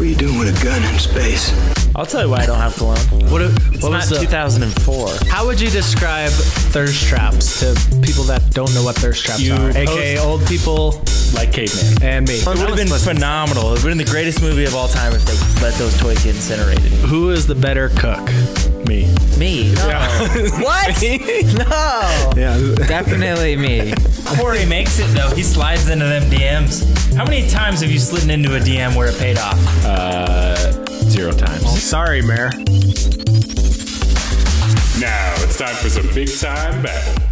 you doing with a gun in space? I'll tell you why I don't have cologne. What, It's what not was the, 2004. how would you describe thirst traps to people that don't know what thirst traps You are? post- AKA old people like caveman. and me. It would have been Honest listeners. phenomenal. It would have been the greatest movie of all time if they let those toys get incinerated. Who is the better cook? Me. Me? No. What? no. Yeah. Definitely me. Corey makes it though. He slides into them DMs. How many times have you slid into a DM where it paid off? Uh, zero times. Sorry, Mayor. Now it's time for some big time babble.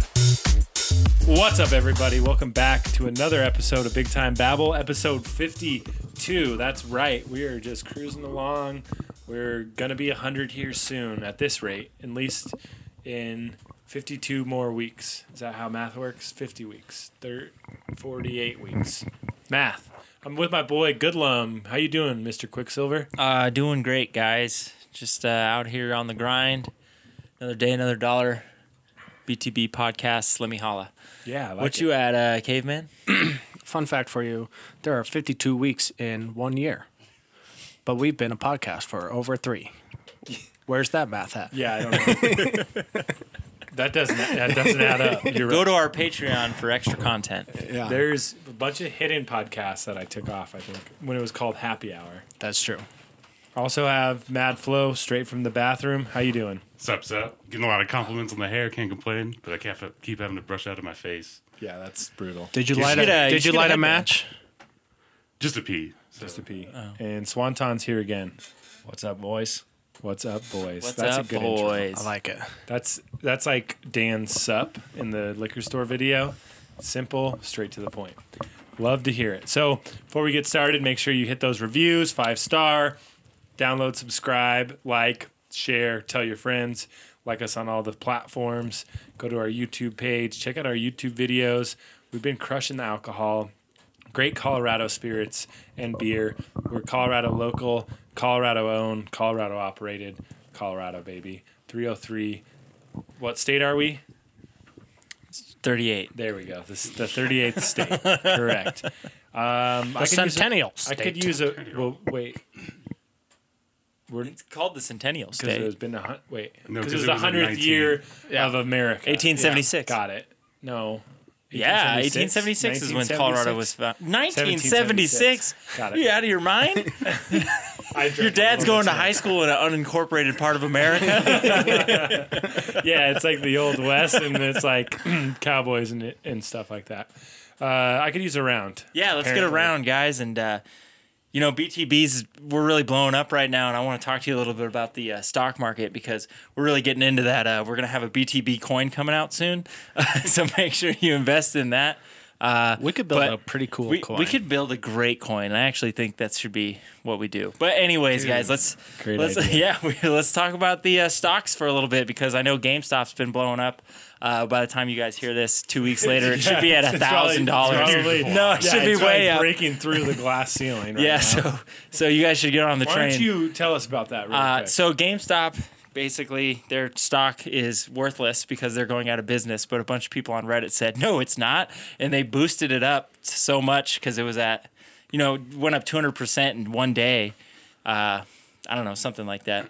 What's up, everybody? Welcome back to another episode of Big Time Babble, episode 52. That's right. We are just cruising along. We're going to be 100 here soon at this rate, at least in 52 more weeks. Is that how math works? 50 weeks, thir- 48 weeks. Math. I'm with my boy Goodlum. How you doing, Mr. Quicksilver? Uh, doing great, guys. Just uh, out here on the grind. Another day, another dollar. BTB podcast, Let me holla. Yeah, I like What it. you at, uh, caveman? Fun fact for you there are 52 weeks in one year, but we've been a podcast for over three. Where's that math at? Yeah, I don't know. that doesn't that doesn't add up. You're Go right. to our Patreon for extra content. There's a bunch of hidden podcasts that I took off. I think when it was called Happy Hour. That's true. Also have Mad Flow straight from the bathroom. How you doing? Sup, sup. Getting a lot of compliments on the hair. Can't complain, but I can't keep having to brush out of my face Yeah, that's brutal. Did you, You light should a, get a- you Did you should get a light a headband. match? just to pee. So, Just a pee. Oh. And Swanton's here again. What's up, boys? What's up, boys? What's that's up, a good intro. boys? I like it. That's that's like Dan's sup in the liquor store video. Simple, straight to the point. Love to hear it. So before we get started, make sure you hit those reviews, five star, download, subscribe, like, share, tell your friends, like us on all the platforms. Go to our YouTube page, check out our YouTube videos. We've been crushing the alcohol great Colorado spirits and beer. We're Colorado local, Colorado owned, Colorado operated, Colorado baby. 303. What state are we? 38. There we go. This is the 38th state. Correct. Um, I The could use a- Centennial I State. could use a. Well, wait. We're It's called the Centennial because State. it has been a hun- wait No, because 'cause it was it the was a hundredth 19. year of America. 1876. Got it. No. Yeah, 1876 is when Colorado was found. 1976? 1976. Got it. You out of your mind? I Your drank a dad's little going to too much. high school in an unincorporated part of America. yeah, it's like the old west, and it's like cowboys and and stuff like that. Uh, I could use a round. yeah, let's get Apparently. around, guys. And, uh, you know, BTBs, we're really blowing up right now. And I want to talk to you a little bit about the uh, stock market because we're really getting into that. Uh, we're going to have a BTB coin coming out soon. so make sure you invest in that. We could build But a pretty cool we, coin. we could build a great coin. I actually think that should be what we do. But anyways, guys, let's great let's idea. yeah, we, let's talk about the uh, stocks for a little bit because I know GameStop's been blowing up. Uh, by the time you guys hear this, two weeks later, it should be at a It's probably- thousand dollars. probably- No, it yeah, should be it's probably way up. breaking through the glass ceiling. Right Yeah, now. so so you guys should get on the why train. don't you tell us about that? Real Uh, quick? so GameStop, basically, their stock is worthless because they're going out of business. But a bunch of people on Reddit said, no, it's not, and they boosted it up so much because it was at, you know, went up 200 percent in one day. Uh, I don't know, something like that.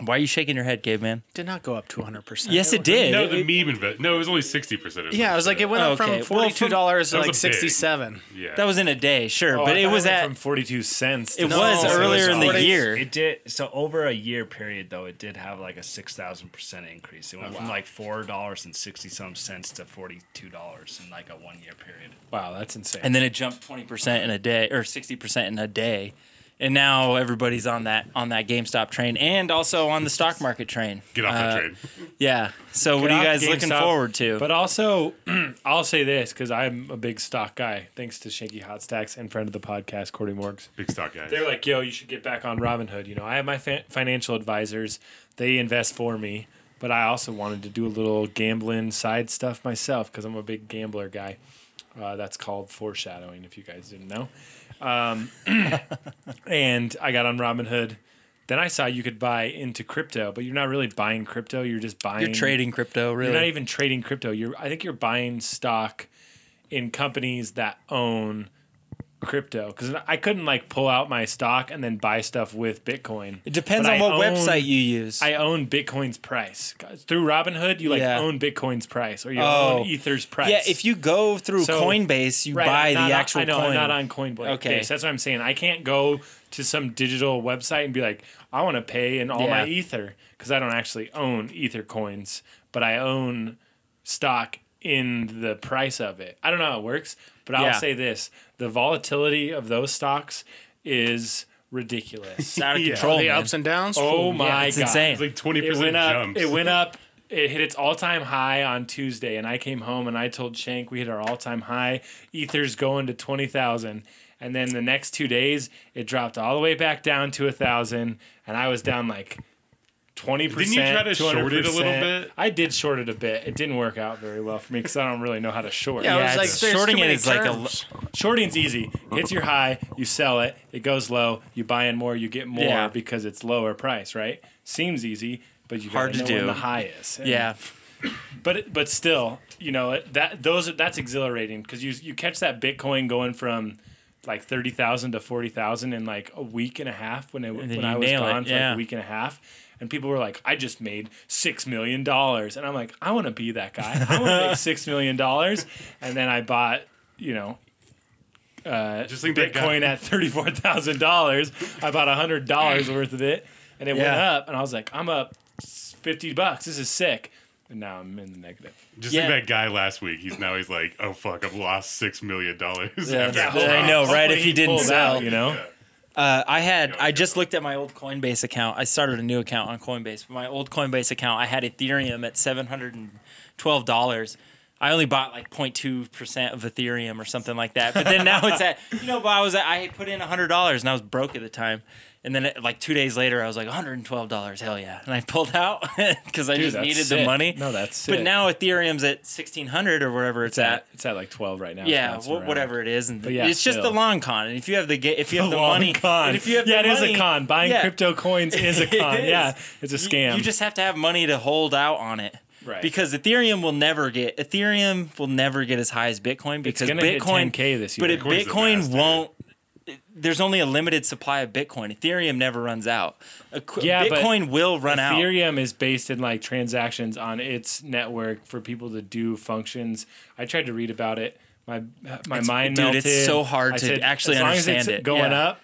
Why are you shaking your head, caveman? did not go up 200%. Yes, it did. no, It- the meme inve- No, it was only sixty percent. Yeah, I was like, it went Oh, up okay. from Well, $42 from- to that was like a big- 67 yeah, that was in a day, sure, Oh, but I it thought was went at. from forty-two cents. to it was $12. earlier in the $40. year. It did so over a year period though. It did have like a six thousand percent increase. It went from like four dollars and sixty some cents to forty two dollars in like a one year period. Wow, that's insane. and then it jumped 20% in a day or 60% in a day and now everybody's on that on that GameStop train and also on the stock market train. get off Uh, that train. Yeah. So what are you Not guys looking GameStop, forward to? But also, I'll say this because I'm a big stock guy, thanks to Shaky Hot Stacks and friend of the podcast, Cordy Morgs. Big stock guys. They're like, yo, you should get back on Robinhood. You know, I have my fa- financial advisors, they invest for me, but I also wanted to do a little gambling side stuff myself because I'm a big gambler guy. Uh, that's called foreshadowing, if you guys didn't know. Um, and I got on Robinhood. Then I saw you could buy into crypto, but you're not really buying crypto. You're just buying. You're trading crypto, really? You're not even trading crypto. You're I think you're buying stock in companies that own crypto because I couldn't like pull out my stock and then buy stuff with Bitcoin. It depends But on I what own- website you use. I own Bitcoin's price Guys, through Robinhood. You like Yeah. own Bitcoin's price or you Oh. own Ether's price. yeah, if you go through So- Coinbase, you Right, I'm buy not the on- actual I know, coin. I'm not on Coinbase. Okay. Okay, so that's what I'm saying. I can't go to some digital website and be like, I want to pay in all my Yeah. Ether because I don't actually own Ether coins, but I own stock in the price of it. I don't know how it works, but I'll Yeah. say this: the volatility of those stocks is ridiculous. it's out of Yeah. control. the man. ups and downs. oh Ooh, my yeah, it's god! insane. It's like twenty It percent went up. jumps. It went up. It hit its all-time high on Tuesday, and I came home and I told Shank we hit our all-time high. Ether's going to twenty thousand, and then the next two days it dropped all the way back down to a thousand, and I was down like twenty percent. Didn't you try to short it a little bit? I did short it a bit. It didn't work out very well for me because I don't really know how to short. Yeah, I was Yeah, like, it's- there's shorting too it many is like a l- terms. Shorting's easy. Hits your high, you sell it, it goes low, you buy in more, you get more Yeah. because it's lower price, right? Seems easy, but you Hard gotta to know when do. the high is. And- yeah, But but still, you know, it- that those are- that's exhilarating cuz you you catch that Bitcoin going from like 30,000 to 40,000 in like a week and a half when it, then when you I was nail it, gone for like yeah. a week and a half. And people were like, I just made six million dollars. And I'm like, I want to be that guy. I want to make six million dollars. And then I bought, you know, Just think that Bitcoin guy. at thirty-four thousand dollars. I bought hundred dollars worth of it, and it went Yeah. up. And I was like, I'm up fifty bucks. This is sick. And now I'm in the negative. Just Yeah. think that guy last week. He's now he's like, oh fuck, I've lost six million dollars. after Yeah, it I dropped. know, right? Hopefully If he you didn't pulls sell, out, you know. Uh, I had I just looked at my old Coinbase account. I started a new account on Coinbase. But my old Coinbase account, I had Ethereum at seven hundred and twelve dollars. I only bought like 0.2 percent of Ethereum or something like that. But then now it's at you know, but I was at, I had put in hundred dollars and I was broke at the time. And then like two days later, I was like one hundred and twelve dollars. Hell yeah! And I pulled out because I just that's needed the sick. money. No, that's But sick. now Ethereum's at sixteen hundred or whatever it's at. it's at like twelve right now. Yeah, It's wh- bouncing around. whatever it is, and yeah, it's just the still. long con. And if you have the ga- if you have the, Long money, con. and if you have yeah, the it is money, a con. Buying yeah, crypto coins is a It con. is. Yeah, it's a you- scam. You, just have to have money to hold out on it, Right. Because Ethereum will never get Ethereum will never get as high as Bitcoin because gonna hit Bitcoin 10K this but year. if Bitcoin's the Bitcoin best, dude. won't. There's only a limited supply of Bitcoin. Ethereum never runs out. A qu- Yeah, but Bitcoin will run out. Ethereum is based in like transactions on its network for people to do functions. I tried to read about it. My my It's- mind dude, melted. it's so hard I to said, actually as long as understand it's it." Going Yeah. up,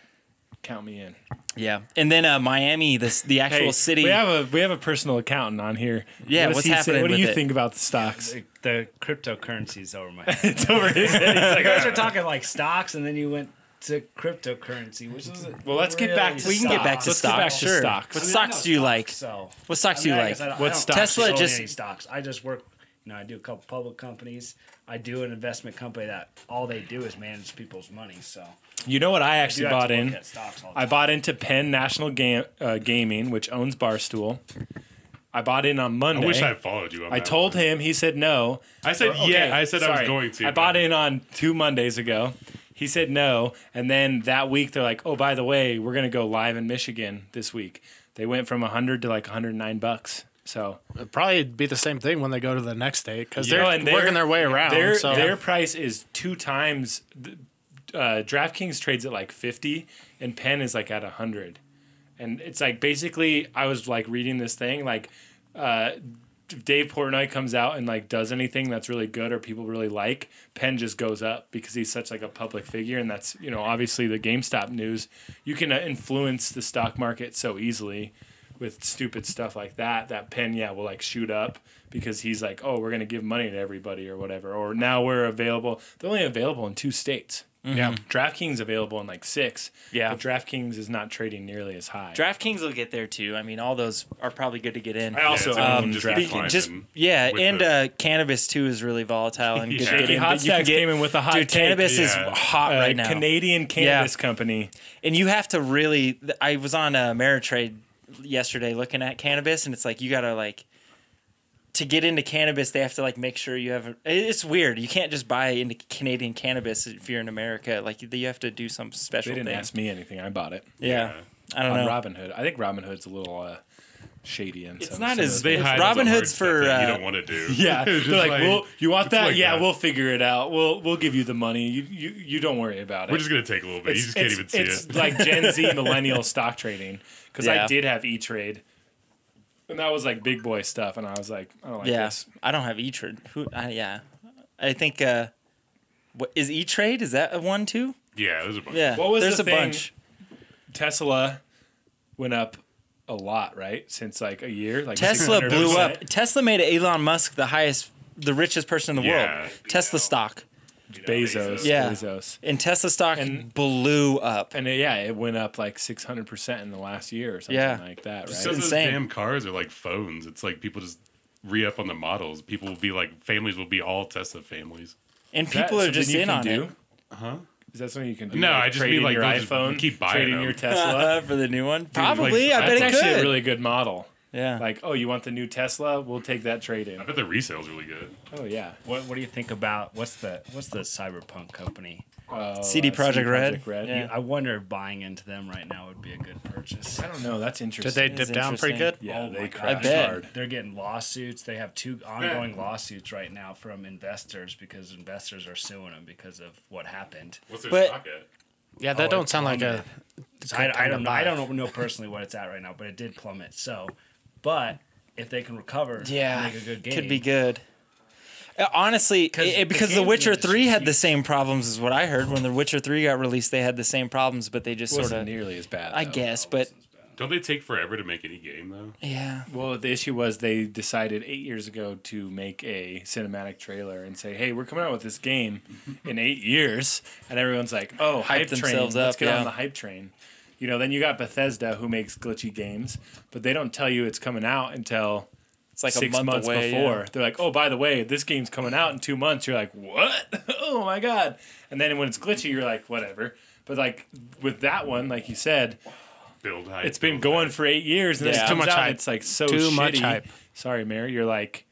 count me in. Yeah, and then uh, Miami, this the actual Hey, city. We have a we have a personal accountant on here. Yeah, does what's he say? happening What do with you it? think about the stocks? The, the cryptocurrency's over my head. it's over his head. you guys are talking like stocks, and then you went to cryptocurrency, which is Well, let's get back really to we can get back to Let's stocks. get back to sure. stocks. What I mean, I know stocks do you stocks, like? So What stocks I do you mean, like? I guess I don't, What I don't stocks? actually Tesla own just- any stocks. I just work. You know, I do a couple public companies. I do an investment company that all they do is manage people's money. So You know what I you actually have to bought look in? at stocks all the I time. bought into Penn National Ga- uh, Gaming, which owns Barstool. I bought in on I Monday. wish I followed you. On I that told one. him. He said no. I said Okay, yeah. I said I sorry. was going to. I bought in on two Mondays ago. He said no, and then that week they're like, "Oh, by the way, we're gonna go live in Michigan this week." They went from 100 to like 109 bucks. So It'd probably be the same thing when they go to the next state because Oh, they're and working their way around. Their, so their price is two times. th- Uh, DraftKings trades at like 50, and Penn is like at 100. And it's like basically, I was like reading this thing, like uh, if Dave Portnoy comes out and like does anything that's really good or people really like, Penn just goes up because he's such like a public figure, and that's you know obviously the GameStop news. You can uh, influence the stock market so easily with stupid stuff like that. That Penn yeah will like shoot up because he's like oh we're gonna give money to everybody or whatever. Or now we're available. They're only available in two states. Yeah, DraftKings available in like six. Yeah. but DraftKings is not trading nearly as high. DraftKings will get there too. I mean, all those are probably good to get in. I also Yeah, it's own like just DraftKings. be- climbing just yeah, with and the- uh, cannabis too is really volatile and good to get Yeah. Jackie in. but you can get- Hotstacks came in with a hot dude, take. cannabis is Yeah. hot uh, right now, Canadian cannabis company. and you have to really. th- I was on uh, Ameritrade yesterday looking at cannabis, and it's like you gotta like to get into cannabis, they have to like make sure you have. it- It's weird. You can't just buy into Canadian cannabis if you're in America. Like you you have to do some They special didn't thing. ask me anything. I bought it Yeah. I don't on know. Robinhood. I think Robinhood's a little uh, shady and It's so- not so as- they it's hide. Robin all the hard Hood's stuff for, that you uh, don't want to do. yeah, they're Just like, well, you want it's that? like yeah, we'll figure it out. We'll we'll give you the money. You you, you don't worry about it. We're just gonna take a little bit. you just can't even see it's it. like Gen Z millennial stock trading because I Yeah. did have E Trade, and that was like big boy stuff, and I was like, I don't like yeah, this. I don't have E Trade. Who? I, yeah, I think. Uh, what is E Trade? Is that a one too? yeah, there's a bunch. Yeah. What was There's the a thing? bunch. Tesla went up a lot, right? Since like a year, like Tesla 600%. blew up. Tesla made Elon Musk the highest, the richest person in the Yeah. world. Tesla stock Bezos, Yeah. Bezos, and Tesla stock And- blew up. and uh, yeah, it went up like six hundred percent in the last year or something Yeah. like that, So right? those insane. damn cars are like phones. It's like people just re up on the models. People will be like families will be all Tesla families. And Is that people are something just you in can on do? it Huh? Is that something you can do? No, I just mean, trading like, your they'll just iPhone, keep buying trading them. your Tesla. Uh, for the new one. Probably, like, I bet That's it actually could. a really good model. yeah, Like, oh, you want the new Tesla? We'll take that trade in. I bet the resale's really good. Oh yeah. What, what do you think about what's the what's the cyberpunk company? Oh, CD uh, Project Red. Projekt Red. Yeah. You- I wonder if buying into them right now would be a good purchase. I don't know. That's interesting. Did they It's dip down pretty good? interesting. Yeah, Oh my they God. crashed I bet. hard. They're getting lawsuits. They have two ongoing lawsuits right now from investors because investors are suing them because of what happened. What's their But- stock at? Yeah, that Oh, don't it sound like a. So I, time I to don't know. buy. I don't know personally what it's at right now, but it did plummet. So, but if they can recover, yeah, and make a good game. could be good. Uh, Honestly, it, 'Cause it- the because The, gaming Witcher industry's Three had the huge. same problems, is what I heard. When The Witcher Three got released, they had the same problems, but they just Wasn't sort of, nearly as bad. I though. guess. But Don't they take forever to make any game though? yeah, Well, the issue was they decided eight years ago to make a cinematic trailer and say, "Hey, we're coming out with this game in eight years," and everyone's like, "Oh, hype train! themselves Let's up, get yeah. on the hype train." You know, then you got Bethesda who makes glitchy games, but they don't tell you it's coming out until it's like six a month months away, yeah. before. They're like, oh, by the way, this game's coming out in two months. You're like, what? oh my god! And then when it's glitchy, you're like, whatever. But like with that one, like you said, Build hype. it's been build going hype. for eight years, and Yeah. then it Too comes much out, and hype. It's like so Too much shitty. hype. Sorry, Mary. You're like,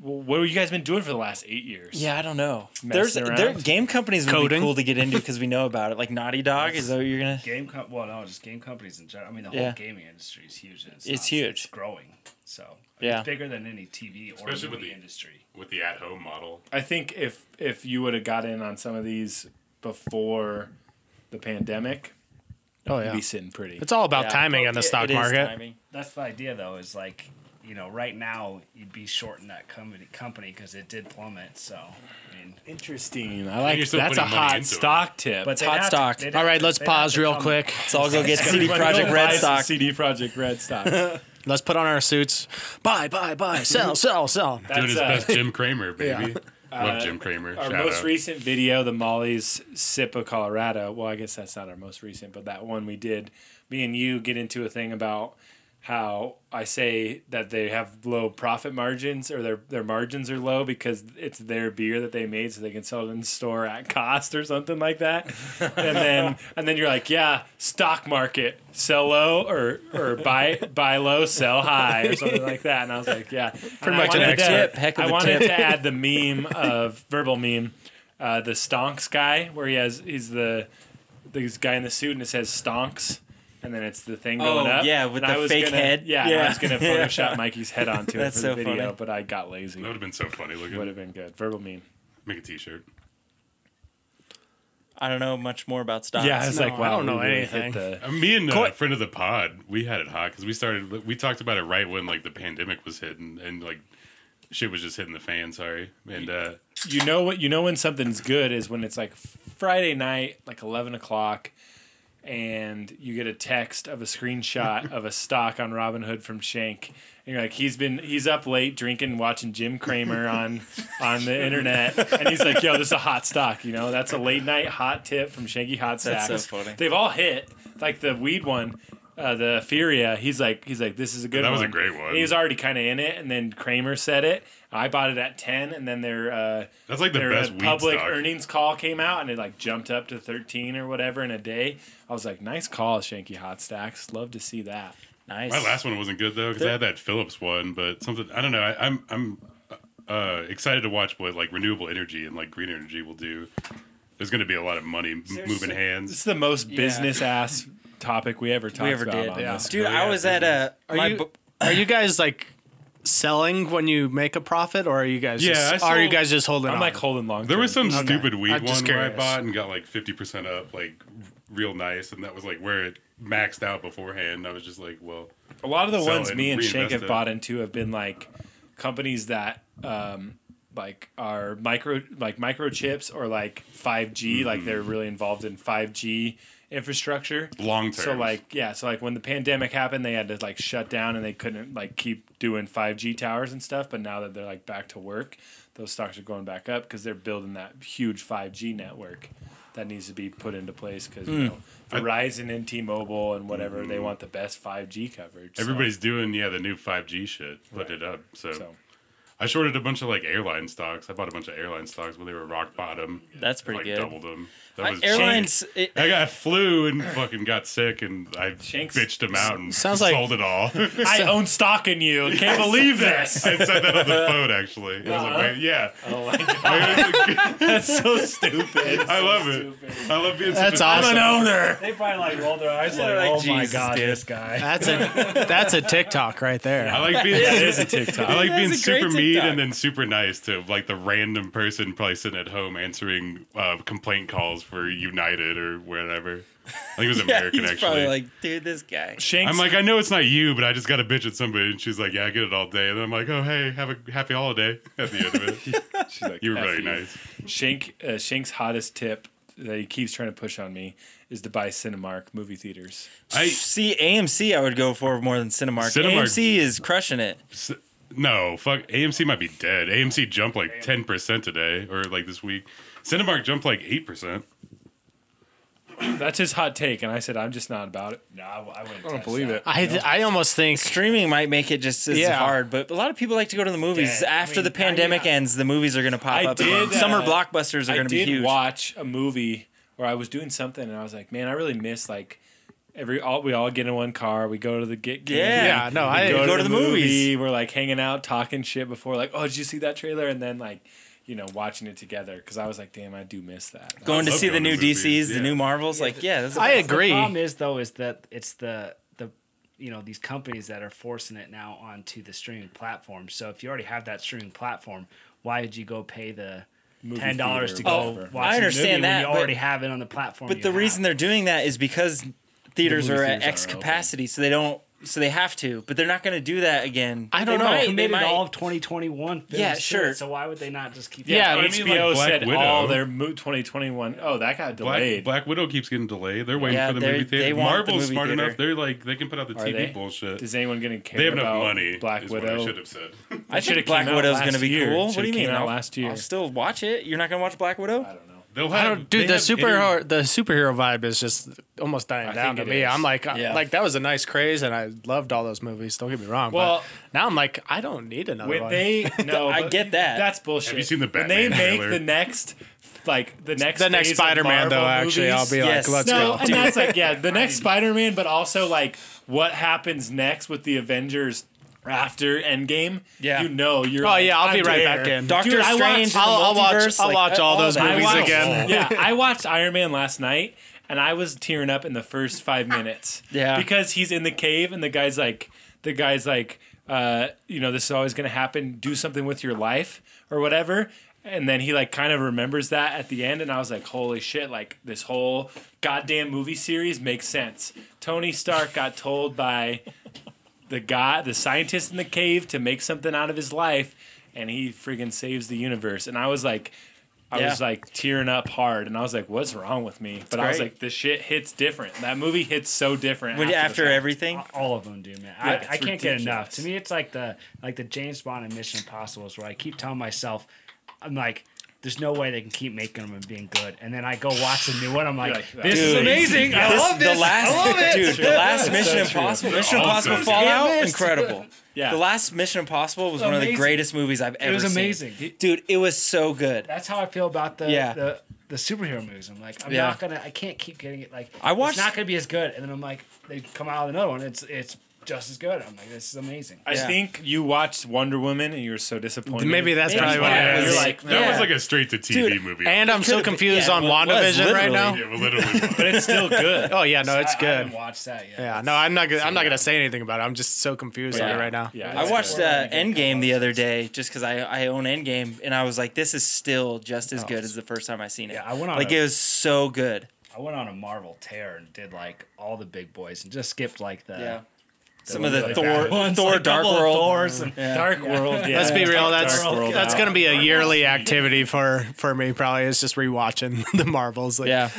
well, what have you guys been doing for the last eight years? Yeah, I don't know. There's Messing there around. game companies would Coding. be cool to get into because we know about it. Like Naughty Dog, is that what you're gonna? game com- well no just game companies in general i mean the Yeah. whole gaming industry is huge and it's, It's not- huge. it's growing so I mean, Yeah. it's bigger than any tv or Especially with movie the- industry with the at home model. I think if if you would have got in on some of these before the pandemic, Oh you'd yeah, be sitting pretty. it's all about Yeah. timing in the It- stock it is market. timing. that's the idea though is like you know right now you'd be shorting that company company because it did plummet so i mean Interesting. I like you're still that's a putting money hot into it. stock tip. but they'd hot have to- stock. they'd All have right, to- let's they'd pause have to real come- quick. Let's all go get CD Everybody Project go Red buy some stock. CD Project Red stock. Let's put on our suits. Buy, buy, buy. Sell, sell, sell. Doing his uh, best Jim Kramer, baby. Love Jim Kramer. our Shout most out. recent video, the Molly's Sip of Colorado. Well, I guess that's not our most recent, but that one we did. Me and you get into a thing about how I say that they have low profit margins or their their margins are low because it's their beer that they made, so they can sell it in the store at cost or something like that. and then and then you're like, yeah, stock market, sell low or or buy buy low, sell high or something like that. And I was like, yeah, pretty much an expert. Heck of I a wanted tip. to add the meme of verbal meme, uh, the stonks guy, where he has he's the this guy in the suit and it says stonks, and then it's the thing going Oh, up. yeah, with And the fake gonna, head. Yeah, and Yeah. I was gonna Photoshop Mikey's head onto it That's for so the video, funny. but I got lazy. That would have been so funny Would looking. have been good. Verbal meme. Make a t shirt. I don't know much more about stocks. Yeah, I was No, like, I wow, don't know we really anything. hit the- Uh, Me and uh, a friend of the pod, we had it hot because we started. We talked about it right when like the pandemic was hitting and like shit was just hitting the fan. Sorry, and uh, you know what you know when something's good is when it's like Friday night, like eleven o'clock, and you get a text of a screenshot of a stock on Robinhood from Shank, and you're like, he's been he's up late drinking, watching Jim Cramer on on the internet, and he's like, yo, this is a hot stock, you know, that's a late night hot tip from Shanky Hot That's Stacks. so funny. They've all hit like the weed one. Uh, the Furia, he's like, he's like, this is a good That one. was a great one. And he was already kind of in it, and then Kramer said it. I bought it at ten, and then their uh, that's like the their best uh, weed public stock. earnings call came out and it like jumped up to 13 or whatever in a day. I was like, nice call, Shanky Hot Stacks. Love to see that. nice. My last one wasn't good though because I had that Phillips one, but something I don't know. I, I'm I'm uh, excited to watch what like renewable energy and like green energy will do. There's going to be a lot of money m- moving This is hands. the most business ass topic we ever talked we ever about. did. on this. Dude, I was at a. Are my you- bu- Are you guys like selling when you make a profit, or are you guys? Yeah, just, I are you sold- guys just holding I'm on? like holding long. There was term. some stupid weed I'm one just where I curious. bought and got like 50% up, like r- real nice. And that was like where it maxed out beforehand. I was just like, well, A lot of the sell ones it me and and Shank reinvest have it. bought into have been like companies that um like are micro like microchips or like 5G like they're really involved in 5G infrastructure. long term. So like yeah, so like when the pandemic happened, they had to like shut down and they couldn't like keep doing 5G towers and stuff, but now that they're like back to work, those stocks are going back up cuz they're building that huge 5G network that needs to be put into place cuz Hmm. you know Verizon and T-Mobile and whatever, they Mm. want the best 5G coverage. so- everybody's doing, yeah, the new 5G shit. Put it up. So. So I shorted a bunch of like airline stocks. I bought a bunch of airline stocks when they were rock bottom. That's pretty like, good. Doubled them. That Uh, was airlines, it, I got flew and fucking got sick and I Shanks- bitched them out and sounds like- sold it all. I own stock in you. Can't believe this. I said that on the phone actually. It was like, wait, yeah. That's so stupid. I love it. I love being that's such awesome. I'm an owner. They probably like roll their eyes They're like, like, oh my "Jesus, god, dude." this guy. That's a that's a TikTok right there. A, I like being That is a TikTok. I like That's being a great super mean TikTok. and then super nice to like the random person probably sitting at home answering uh, complaint calls for United or whatever. I think it was yeah, American he's actually. probably like, dude, this guy. Shanks, I'm like, I know it's not you, but I just got a bitch at somebody, and she's like, Yeah, I get it all day. And I'm like, Oh, hey, have a happy holiday at the end of it. she's like, You were "F really nice. Shank, uh, Shank's hottest tip that he keeps trying to push on me is to buy Cinemark movie theaters. I See, AMC I would go for more than Cinemark. Cinemark- AMC is crushing it. s- no fuck. AMC might be dead. AMC jumped like ten percent today or like this week. Cinemark jumped like eight percent. That's his hot take, and I said I'm just not about it. No, I, I wouldn't. don't believe it. I, th- I almost think Streaming might make it just as Yeah. hard, but a lot of people like to go to the movies. Yeah, I After the mean, I- pandemic yeah. ends, the movies are going to pop I up. did, again. uh, Summer blockbusters are I going to be did huge. watch a movie where I was doing something, and I was like, man, I really miss like every all we all get in one car, we go to the get candy, Yeah. yeah no I go, to, the, movies. movies. We're like hanging out, talking shit before, like, oh, did you see that trailer? And then like, you know, watching it together because I was like, damn, I do miss that. Going to love see the going to new movies, DCs, the yeah. new Marvels. Like, yeah, this is I The agree. problem is though is that it's the the you know these companies that are forcing it now onto the streaming platform. So if you already have that streaming platform, why would you go pay the ten dollars to theater, go whatever. watch Oh, I a understand movie that, when but- you already have it on the platform? But the reason they're doing that is because theaters The are movie at theaters X aren't open. capacity, so they don't, so they have to. But they're not going to do that again. I don't They know. might- they they committed might- all of 2021. films Yeah, to it, sure. so why would they not just keep? Yeah, I mean, HBO like Black said Widow. all their mo- 2021. Oh, that got Black, delayed. Black Widow keeps getting delayed. They're waiting Yeah, for the they're- movie they theater. want the Marvel's movie smart theater. enough. They're like they can put out the Are TV they? bullshit. Is anyone going to care they have about enough money. Black is what I Widow? should have said. I should've think Black came out Widow's last going to be year. cool. What Should've do you came mean? out I'll- last year. I'll still watch it. You're not going to watch Black Widow? I don't know. They'll I have, don't, they dude, the have superhero the superhero vibe is just almost dying down to think it me. is. I'm like, I- Yeah. like that was a nice craze, and I loved all those movies. Don't get me wrong. Well- but now I'm like, I don't need another When one. they no, I but get that. That's bullshit. Have you seen the When Batman they make trailer? the next, like the next, the next phase of Spider-Man, though, Marvel actually, I'll movies- be Yes. like, let's no, go. and that's like yeah, the next Spider-Man, but also like what happens next with the Avengers after Endgame. Yeah. you know, you're. Oh, like, yeah, I'll I'm be right there. back in. Doctor Dude, I Strange, watched- in the I'll- I'll watch- multiverse, I'll like, watch all those that. movies watched- again. Yeah, I watched Iron Man last night, and I was tearing up in the first five minutes. Yeah. because he's in the cave, and the guy's like, the guy's like, uh, you know, this is always going to happen. Do something with your life or whatever. And then he like kind of remembers that at the end, and I was like, holy shit! Like this whole goddamn movie series makes sense. Tony Stark got told by the guy, the scientist in the cave, to make something out of his life, and he friggin' saves the universe. And I was like, I Yeah. was like tearing up hard, and I was like, "What's wrong with me?" But I was great. like, "This shit hits different. That movie hits so different." When- the After fact. everything? All of them do, man. Yeah, I, it's I can't get enough. ridiculous. To me, it's like the like the James Bond and Mission Impossible's where I keep telling myself, I'm like, there's no way they can keep making them and being good. And then I go watch the new one. I'm like, like, this is Dude. amazing. I This- love this. The last, I love it. Dude, the last Mission so true. Impossible. Mission all Impossible so good. Fallout, incredible. Yeah. The last Mission Impossible was one of the Amazing. greatest movies I've ever seen. was amazing. Dude, it was so good. That's how I feel about the Yeah. the, the superhero movies. I'm like, I'm Yeah. not gonna, I can't keep getting it. Like, I watched- It's not gonna be as good. And then I'm like, they come out with another one. It's it's just as good. I'm like, this is amazing. I Yeah. think you watched Wonder Woman and you were so disappointed. Maybe that's probably what Yeah, it Yes. is. you're like, that was yeah. like a straight to TV movie. And I'm so confused yeah, on well, it was, WandaVision right now. it literally was. but it's still good. Oh yeah, no, it's I- I good. haven't watched that yet. yeah, no, I'm not. Gonna, I'm not gonna say anything about it. I'm just so confused on it right now. Yeah, I it's watched good. uh, Endgame the other day just because I, I own Endgame, and I was like, this is still just as good as the first time I seen it. Oh, Yeah, I went on like a- it was so good. I went on a Marvel tear and did like all the big boys and just skipped like the Yeah, some of the like Thor, that Thor, Dark World, Dark World. Yeah. Let's be real. That's Dark World that's now. gonna be a yearly activity for for me. Probably is just rewatching the Marvels. Like, yeah,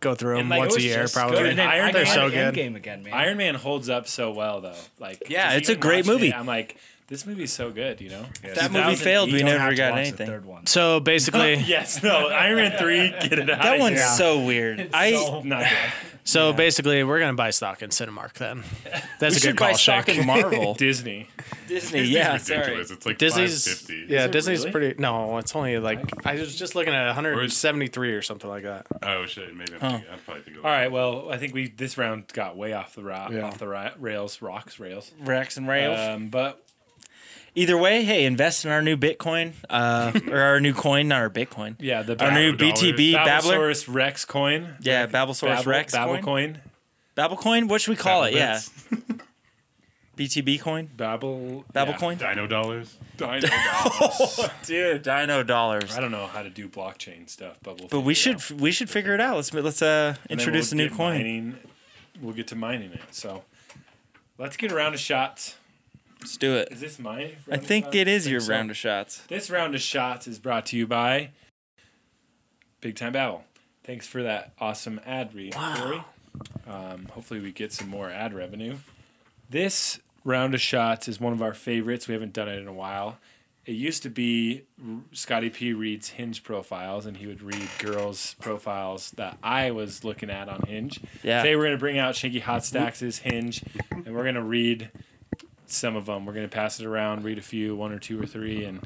go through them like, once it a was year, just probably. good. And then Iron Iron Man's Man so so good. good. Endgame again, man. Iron Man holds up so well though. Like Yeah, just it's a even great watching it, movie. I'm like, this movie's so good. You know, that movie failed. We You don't have never to got watch the anything. third one. So basically, Yes, no, Iron Man three, get it out. That one's Yeah. so weird. I not good. so basically, we're gonna buy stock in Cinemark then. That's we a good should call. buy stock Shake. in Marvel, Disney. Disney. Yeah, it's sorry. ridiculous. It's like Disney's 550. yeah, Disney's really? pretty. No, it's only like I was just looking at 173 or something like that. Oh shit, maybe I'm, thinking, I'm probably thinking. All right, well, I think we this round got way off the rock, Yeah. off the ra- rails, rocks, rails. Rex and Uh, Rails. Um, but Either way, hey, invest in our new Bitcoin uh, or our new coin, not our Bitcoin. yeah, the Our new Babbler BTB Babbler. Babblesaurus Rex coin. Yeah, Babblesaurus Babble- Rex Babble coin. coin. Babble coin? What should we call it? Yeah. Babblebits. BTB coin? Babble. Babble yeah. coin? Dino dollars. Dino dollars. Dude, dino dollars. I don't know how to do blockchain stuff, but we'll But we figure it out. should we should figure it out. Let's let's uh, And then introduce we'll a new get coin. mining- we'll get to mining it. So let's get a round of shots. Let's do it. Is this mine? I think it is your round of shots. This round of shots is brought to you by Big Time Babble. Thanks for that awesome ad read, Corey. Um, hopefully, we get some more ad revenue. This round of shots is one of our favorites. We haven't done it in a while. It used to be R- Scotty P reads Hinge profiles, and he would read girls' profiles that I was looking at on Hinge. Yeah. Mm-hmm. Today we're gonna bring out Shanky Hot Stacks' Hinge, and we're gonna read some of them. We're gonna pass it around, read a few, one or two or three, and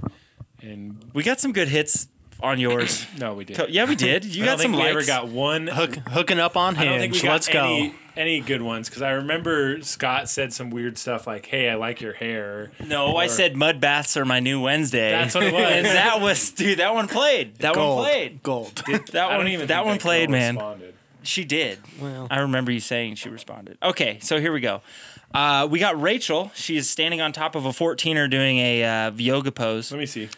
and We got some good hits on yours. no, we did. Co- yeah, we did. You I got don't some think we likes. ever got one. Hook, hooking up on I don't think we Hinge. got Let's any, go. any good ones because I remember Scott said some weird stuff like, "Hey, I like your hair." no, I or- said mud baths are my new Wednesday. That's what it was. and that was dude. That one played. That Gold. one played. Gold. That I one. don't even that think one girl played, man. responded. She did. I remember you saying she responded. Okay, so here we go. Uh, we got Rachel. She is standing on top of a 14er doing a uh, yoga pose. Let me see.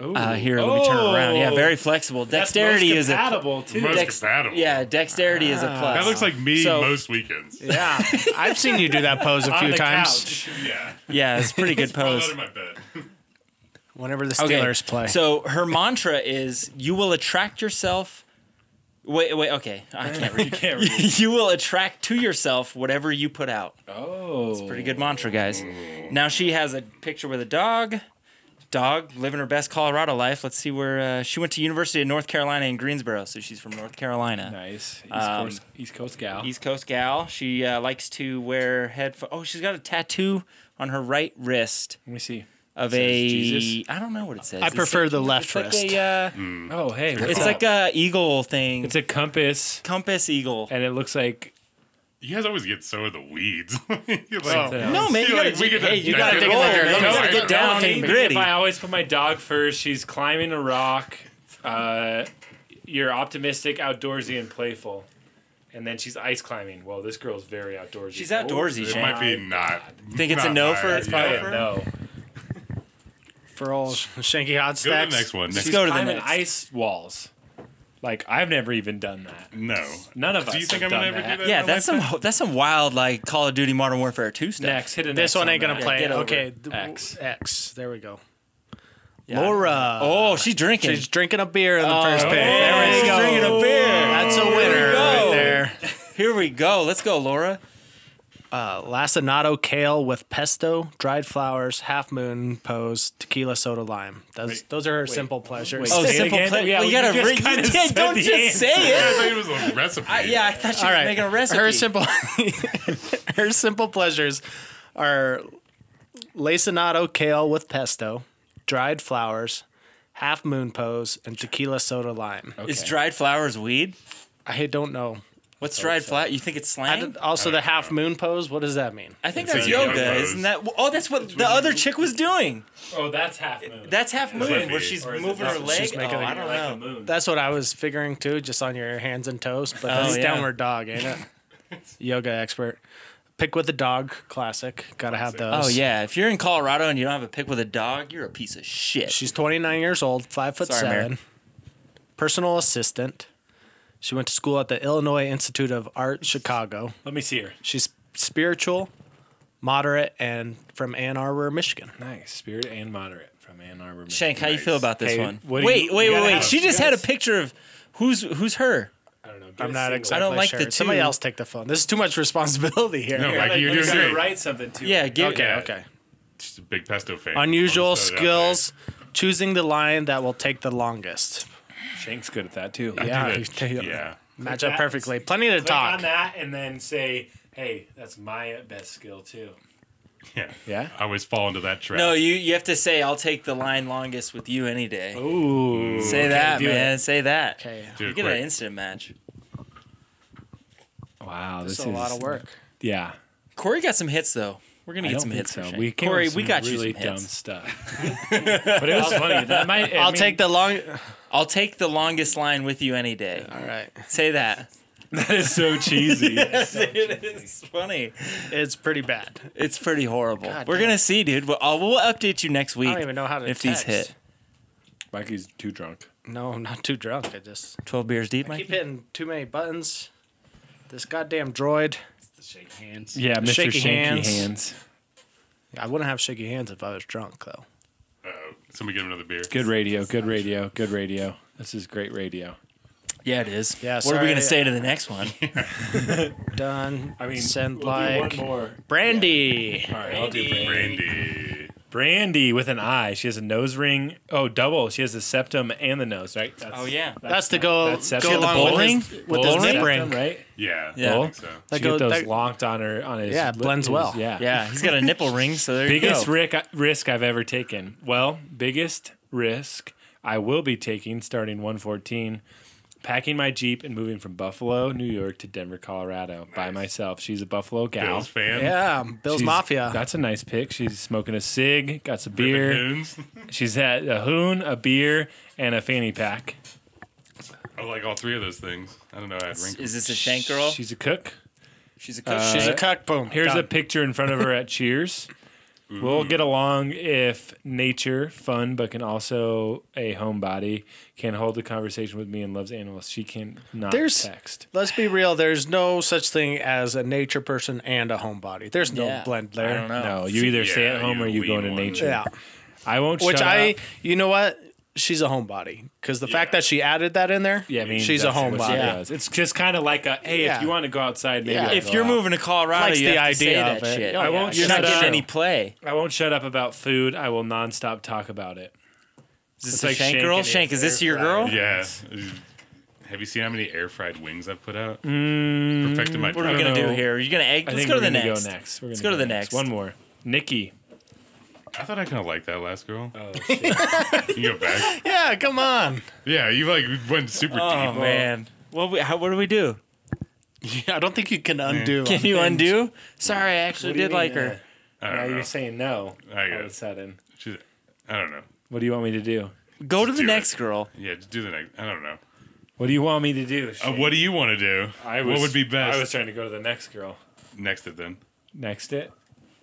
Ooh. Uh, here, let me turn it around. Yeah, Oh. very flexible. That's Dexterity most is a compatible too. Most dex- compatible. yeah. Dexterity is a plus. That looks like me So- most weekends. Yeah. Yeah, I've seen you do that pose a on few the times. couch. yeah, it's a pretty good Fall out pose. of my bed. Whenever the Okay, Steelers play, So her mantra is, "You will attract yourself." Wait, wait. Okay, I can't You read. can't read. you will attract to yourself whatever you put out. Oh, Pretty good mantra, guys. Now she has a picture with a dog. Dog living her best Colorado life. Let's see where uh, she went to University of North Carolina in Greensboro, so she's from North Carolina. Nice. East, Um, Coast, East Coast gal. East Coast gal. She uh, likes to wear headphones. Oh, she's got a tattoo on her right wrist Let me see. of It says a. Jesus. I don't know what it says. I It's prefer the It's left like wrist. a. Uh, Oh, hey. what's It's up? like a eagle thing. it's a compass, compass eagle. and it looks like You guys always get so in the weeds. Oh. You're like, something else. No man, you You're gotta, like, we dig- gotta- hey, you I gotta gotta dig in roll there. there. You gotta Sorry, get down and Maybe gritty. If I always put my dog first, she's climbing a rock. Uh, you're optimistic, outdoorsy, and playful. And then she's ice climbing. Well, this girl's very outdoorsy. She's outdoorsy, It Shane. might be not. Think it's a not no my for- idea. it's Oh, probably yeah, no. for all Shanky Hot Go to Stacks. the next one. Next Go to the climbing next. ice walls. Like I've never even done that. No. None of us. Do you think I'm have gonna done ever do that? Yeah, in my that's some lifetime? that's some wild like Call of Duty Modern Warfare 2 stuff. Next, hit a This next one on ain't gonna that. play. get over okay, it. th- X. X. There we go. Yeah. Laura. Oh, she's drinking. she's drinking a beer in the first pick. There we she's go. drinking a beer. That's a winner go. right there. Here we go. Let's go, Laura. Uh, lacinato kale with pesto, dried flowers, half moon pose, tequila soda lime. Those those are her simple pleasures. Oh, Say it simple again? play. Yeah, well, you we gotta just read. kinda You can't, said don't the just answer. say I it. thought it was a recipe. I, yeah, I thought she was All right. making a recipe. Her simple her simple pleasures are lacinato kale with pesto, dried flowers, half moon pose, and tequila soda lime. Is dried flowers weed? I don't know. What's stride flat? You think it's I slang? did- also, the half moon pose. What does that mean? I think It's that's a yoga yoga, pose. isn't that? Oh, that's what the other chick was doing. Oh, that's half moon. That's half moon, might where be. she's Or is it moving that's her what leg. she's Oh, making? I don't Like know. the moon. That's what I was figuring too, just on your hands and toes. But Oh, that's yeah. downward dog, ain't it? Yoga expert. Pick with the dog, classic. Gotta have those. Oh yeah, if you're in Colorado and you don't have a pick with a dog, you're a piece of shit. She's 29 years old, five foot Sorry, Mary. seven, personal assistant. She went to school at the Illinois Institute of Art, Chicago. Let me see her. She's spiritual, moderate, and from Ann Arbor, Michigan. Nice. Spirit and moderate from Ann Arbor. Michigan. Shank, how you feel about this Hey, one? what do Wait, you- wait, you wait, gotta wait. have- She you just gotta had a s- picture of who's who's her. I don't know. I'm not exactly I don't like the sure. Somebody two- else take the phone. This is too much responsibility here. No, Mikey, you're You're doing gonna great. write something to. Yeah, it. give okay, Yeah. okay. Just a big pesto fan. Unusual I'll just throw it out skills, choosing the line that will take the longest. Shank's good at that too. there. Yeah, I you do take it. that. yeah. Match Click up that. perfectly. Plenty to Click talk. on that and then say, "Hey, that's my best skill too." yeah, Yeah. I always fall into that trap. No, you you have to say I'll take the line longest with you any day. Ooh. say that, do man. Say that. Okay. Do You it get an quick. instant match. Wow, this It's a lot of work. Yeah. Corey got some hits though. We're gonna I get don't some think hits. so. for Shane. We came Corey, up with we some got really you some dumb hits. stuff. but it was funny. That might, I I'll mean, take the long. I'll take the longest line with you any day. All right. Say that. that is so cheesy. it is funny. It's pretty bad. It's pretty horrible. God We're damn. gonna see, dude. We'll, I'll- we'll update you next week. I don't even know how to if these text. hit. Mikey's too drunk. No, I'm not too drunk. I just Twelve beers deep, Mike. keep hitting too many buttons. This goddamn droid. to shake hands. Yeah, Mr. Shaky Shaky hands. hands. I wouldn't have shaky hands if I was drunk, though. Uh-oh. Uh, Somebody get him another beer. Good radio. Good radio. Good radio. This is great radio. Yeah, it is. Yeah, What are we sorry. gonna say to the next one? Done. I mean, send we'll do like one more. brandy. All right, I'll do Brandy. Brandy. Brandy with an eye. She has a nose ring. Oh, double. She has the septum and the nose, right? That's, oh yeah. That's to go That's septum. go the along with his, with his nip ring. right? Yeah. Yeah. I think so. That she go- get those that- locked on her on his. Yeah, it lip- blends his- well. Yeah, Yeah, he's got a nipple ring, so there Biggest you go. risk risk I've ever taken. Well, biggest risk I will be taking starting 114, packing my jeep and moving from Buffalo, New York to Denver, Colorado by myself. She's a Buffalo gal. Bills fan. Yeah, Bill's She's- Mafia. That's a nice pick. She's smoking a cig, got some beer. Coons. She's had a hoon, a beer, and a fanny pack. I like all three of those things. I don't know. I'd rank. Is this a shank girl? She's a cook. She's a coach. She's a cuck. Boom. Here's Done. a picture in front of her at Cheers. We'll get along if nature, fun, but can also a homebody, can hold a conversation with me and loves animals. She can not There's- text. Let's be real. There's no such thing as a nature person and a homebody. There's no Yeah. blend I there. don't know. No, you either stay Yeah, at home you or you go lean into one. nature. Yeah. I won't. Which shut I, up. you know what? She's a homebody because the fact Yeah. that she added that in there, Yeah, I mean, she's a that's what she homebody. does. It's just kind of like a hey, Yeah. if you want to go outside, maybe Yeah. I'll If go you're out. moving to Colorado, Likes you the have to say idea that of it. shut. Oh, I won't. You're shut not getting up. any play. I won't shut up about food. I will nonstop talk about it. Is this It's a like shank shanking girl? his Shank, is this air your girl? Yeah. Have you seen how many air fried wings I've put out? Perfected my. Mm, What are we I gonna don't do know. here? Are you gonna egg? I Let's think go to we're the gonna next. Go next. We're Let's gonna go to the next. One more. Nikki. I thought I kind of liked that last girl. Oh, you go back. Yeah, come on. Yeah, you like went super Oh deep. man, what we, how, what do we do? I don't think you can undo. Can you undo? Sorry, I actually do you did like mean, her. I Now don't know. you're saying no I all got of a it. sudden. She's- I don't know. What do you want me to do? Go to the do it. next girl. Yeah, just do the next. I don't know. What do you want me to do? Uh, Shane? what do you want to do? I what was- would be best? I was trying to go to the next girl. next it then. Next it.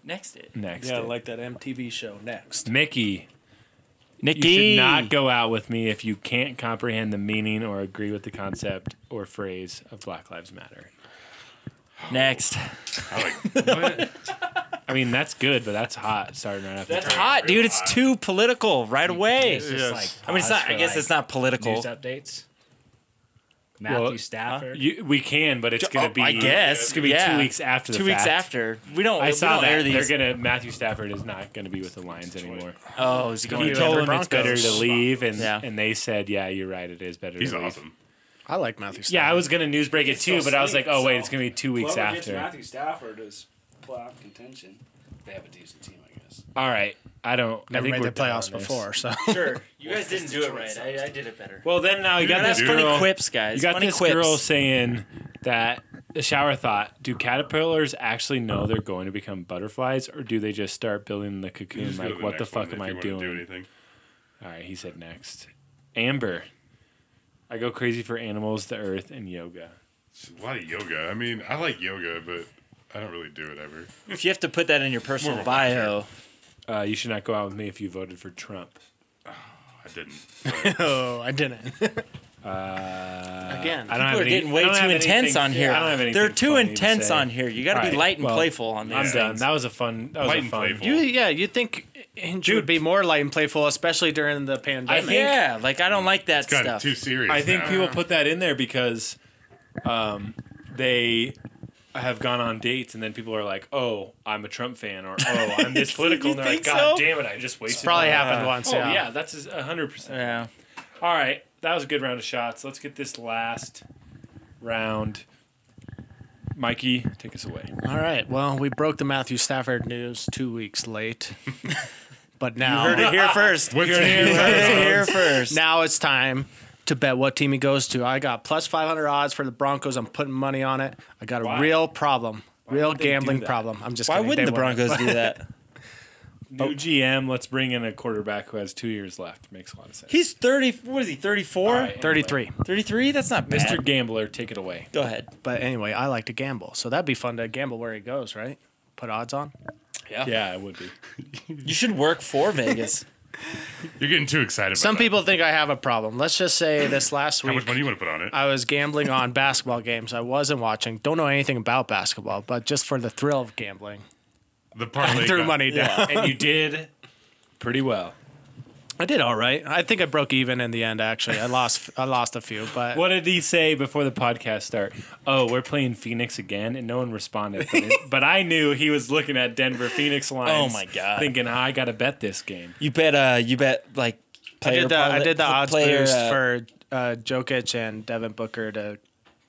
Next it. Next Yeah, it. like that MTV show next. Mickey. You Nikki. should not go out with me if you can't comprehend the meaning or agree with the concept or phrase of Black Lives Matter. Next. I like. what? I mean, that's good, but that's hot starting right after. That's hot, dude. It's too political right away. It's just like I mean, it's not. pause I for, guess like, it's not political. news updates. Matthew Well, uh, Stafford. You, we can, but it's gonna Oh, be. I guess. it's gonna be Yeah. two weeks after. The Two weeks fact. after, we don't. I saw we don't that. air these. They're gonna. Matthew Stafford is not gonna be with the Lions anymore. oh, is he going? He to- told Denver them it's better Broncos. to leave, and Yeah. and they said, "Yeah, you're right. It is better." He's to leave. awesome. I like Matthew. Yeah, I was gonna news break it still too, but I was like, asleep, "Oh wait, so- it's gonna be two weeks Whoever gets after." Matthew Stafford is playoff contention. They have a decent team, I guess. All right, I don't. I Never think made we're the done on playoffs this. before, so Sure, you guys didn't do it right. I, I did it better. Well, then now you got That's this dude. funny girl. quips, guys. You got funny this quips. girl saying, that the shower thought: Do caterpillars actually know they're going to become butterflies, or do they just start building the cocoon? Just go to like, what the next fuck am one if I you wanna do doing? anything. All right, he said next. Amber, I go crazy for animals, the earth, and yoga. It's a lot of yoga. I mean, I like yoga, but I don't really do it ever. If you have to put that in your personal More of a bio, Uh, you should not go out with me if you voted for Trump. I didn't. Oh, I didn't. Again, Uh, I don't people have are any- getting I way don't too have intense anything- on here. I don't have anything They're too funny to intense say. on here. You got to be Alright, light and well, playful on these I'm things. done. That was a fun. That was Light a and fun. playful. you yeah, you think Hinge would be more light and playful, especially during the I pandemic. think, yeah, like I don't like that Got stuff. too serious. I think now. people put that in there because um, they have gone on dates, and then people are like, "Oh, I'm a Trump fan," or "Oh, I'm this political," and they're like, think "God so? damn it, I just wasted." Probably my-" happened once. Oh yeah. yeah, that's a hundred percent. Yeah. All right, that was a good round of shots. Let's get this last round. Mikey, take us away. All right. Well, we broke the Matthew Stafford news two weeks late, but now Heard it here first. What's Heard it here first. now it's time to bet what team he goes to. I got plus 500 odds for the Broncos. I'm putting money on it. I got a Why? real problem, real would they do gambling that? problem. I'm just Why kidding. wouldn't They the wouldn't. Broncos do that? New GM, let's bring in a quarterback who has two years left. Makes a lot of sense. He's 30. What is he, 34? All right, anyway. 33. 33? That's not bad. Mr. Gambler, take it away. Go ahead. But anyway, I like to gamble, so that'd be fun to gamble where he goes, right? Put odds on. Yeah, it would be. You should work for Vegas. You're getting too excited. About Some that. people think I have a problem. Let's just say this last How much week money you want to put on it? I was gambling on basketball games. I wasn't watching. Don't know anything about basketball, but just for the thrill of gambling, the parlay. threw got- money down. and you did pretty well. I did all right. I think I broke even in the end. Actually, I lost. I lost a few, but What did he say before the podcast start? Oh, we're playing Phoenix again, and no one responded. But, it- but I knew he was looking at Denver Phoenix lines. Oh, my God. Thinking I got to bet this game. You bet. Uh, you bet like I player. did the I parlay- did the odds player, boost uh, for uh, Jokic and Devin Booker to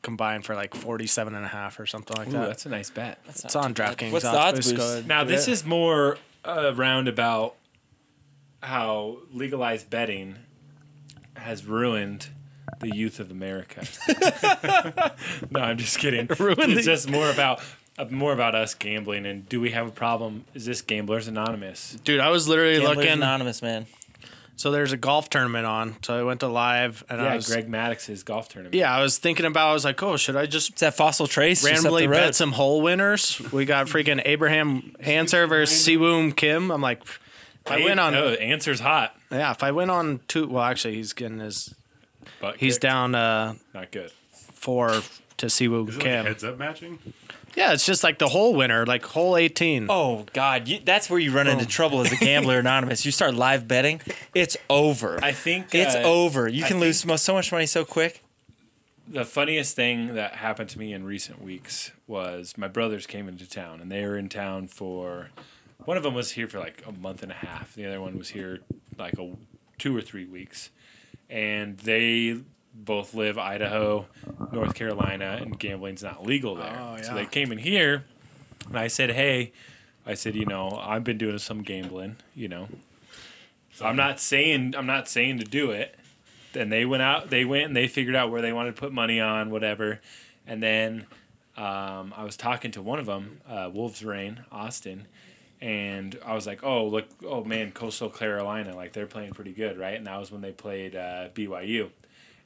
combine for like 47 and a half or something like Ooh, that. that's a nice bet. It's on DraftKings. What's the odds boost? go- Now this is more around about how legalized betting has ruined the youth of America. no, I'm just kidding. it's just more about uh, more about us gambling and do we have a problem? Is this Gamblers Anonymous? dude. I was literally Gamblers looking. anonymous, man. so there's a golf tournament on. So I went to live and I Yeah, was Uh, Greg Maddox's golf tournament. yeah I was thinking about. I was like, oh, should I just It's that fossil trace. just up randomly the road. bet some hole winners? We got freaking Abraham Hanser versus Siwoom Kim. I'm like, if I Hey, went on oh, answer's hot, yeah, if I went on two. Well, actually, he's getting his. but He's kicked. down uh Not good. four to Siwoo Is it like Kim. heads up matching? Yeah, it's just like the hole winner, like hole 18. Oh God, you, that's where you run Oh. into trouble as a gambler anonymous. You start live betting, it's over. I think it's uh, over. You I can lose mo- so much money so quick. the funniest thing that happened to me in recent weeks was my brothers came into town and they were in town for one of them was here for like a month and a half the other one was here like a two or three weeks and they both live idaho north carolina and gambling's not legal there so they came in here and i said hey i said you know i've been doing some gambling you know so i'm not saying i'm not saying to do it and they went out they went and they figured out where they wanted to put money on whatever and then um, i was talking to one of them uh, wolves rain austin and i was like oh look oh man coastal carolina like they're playing pretty good right and that was when they played uh, byu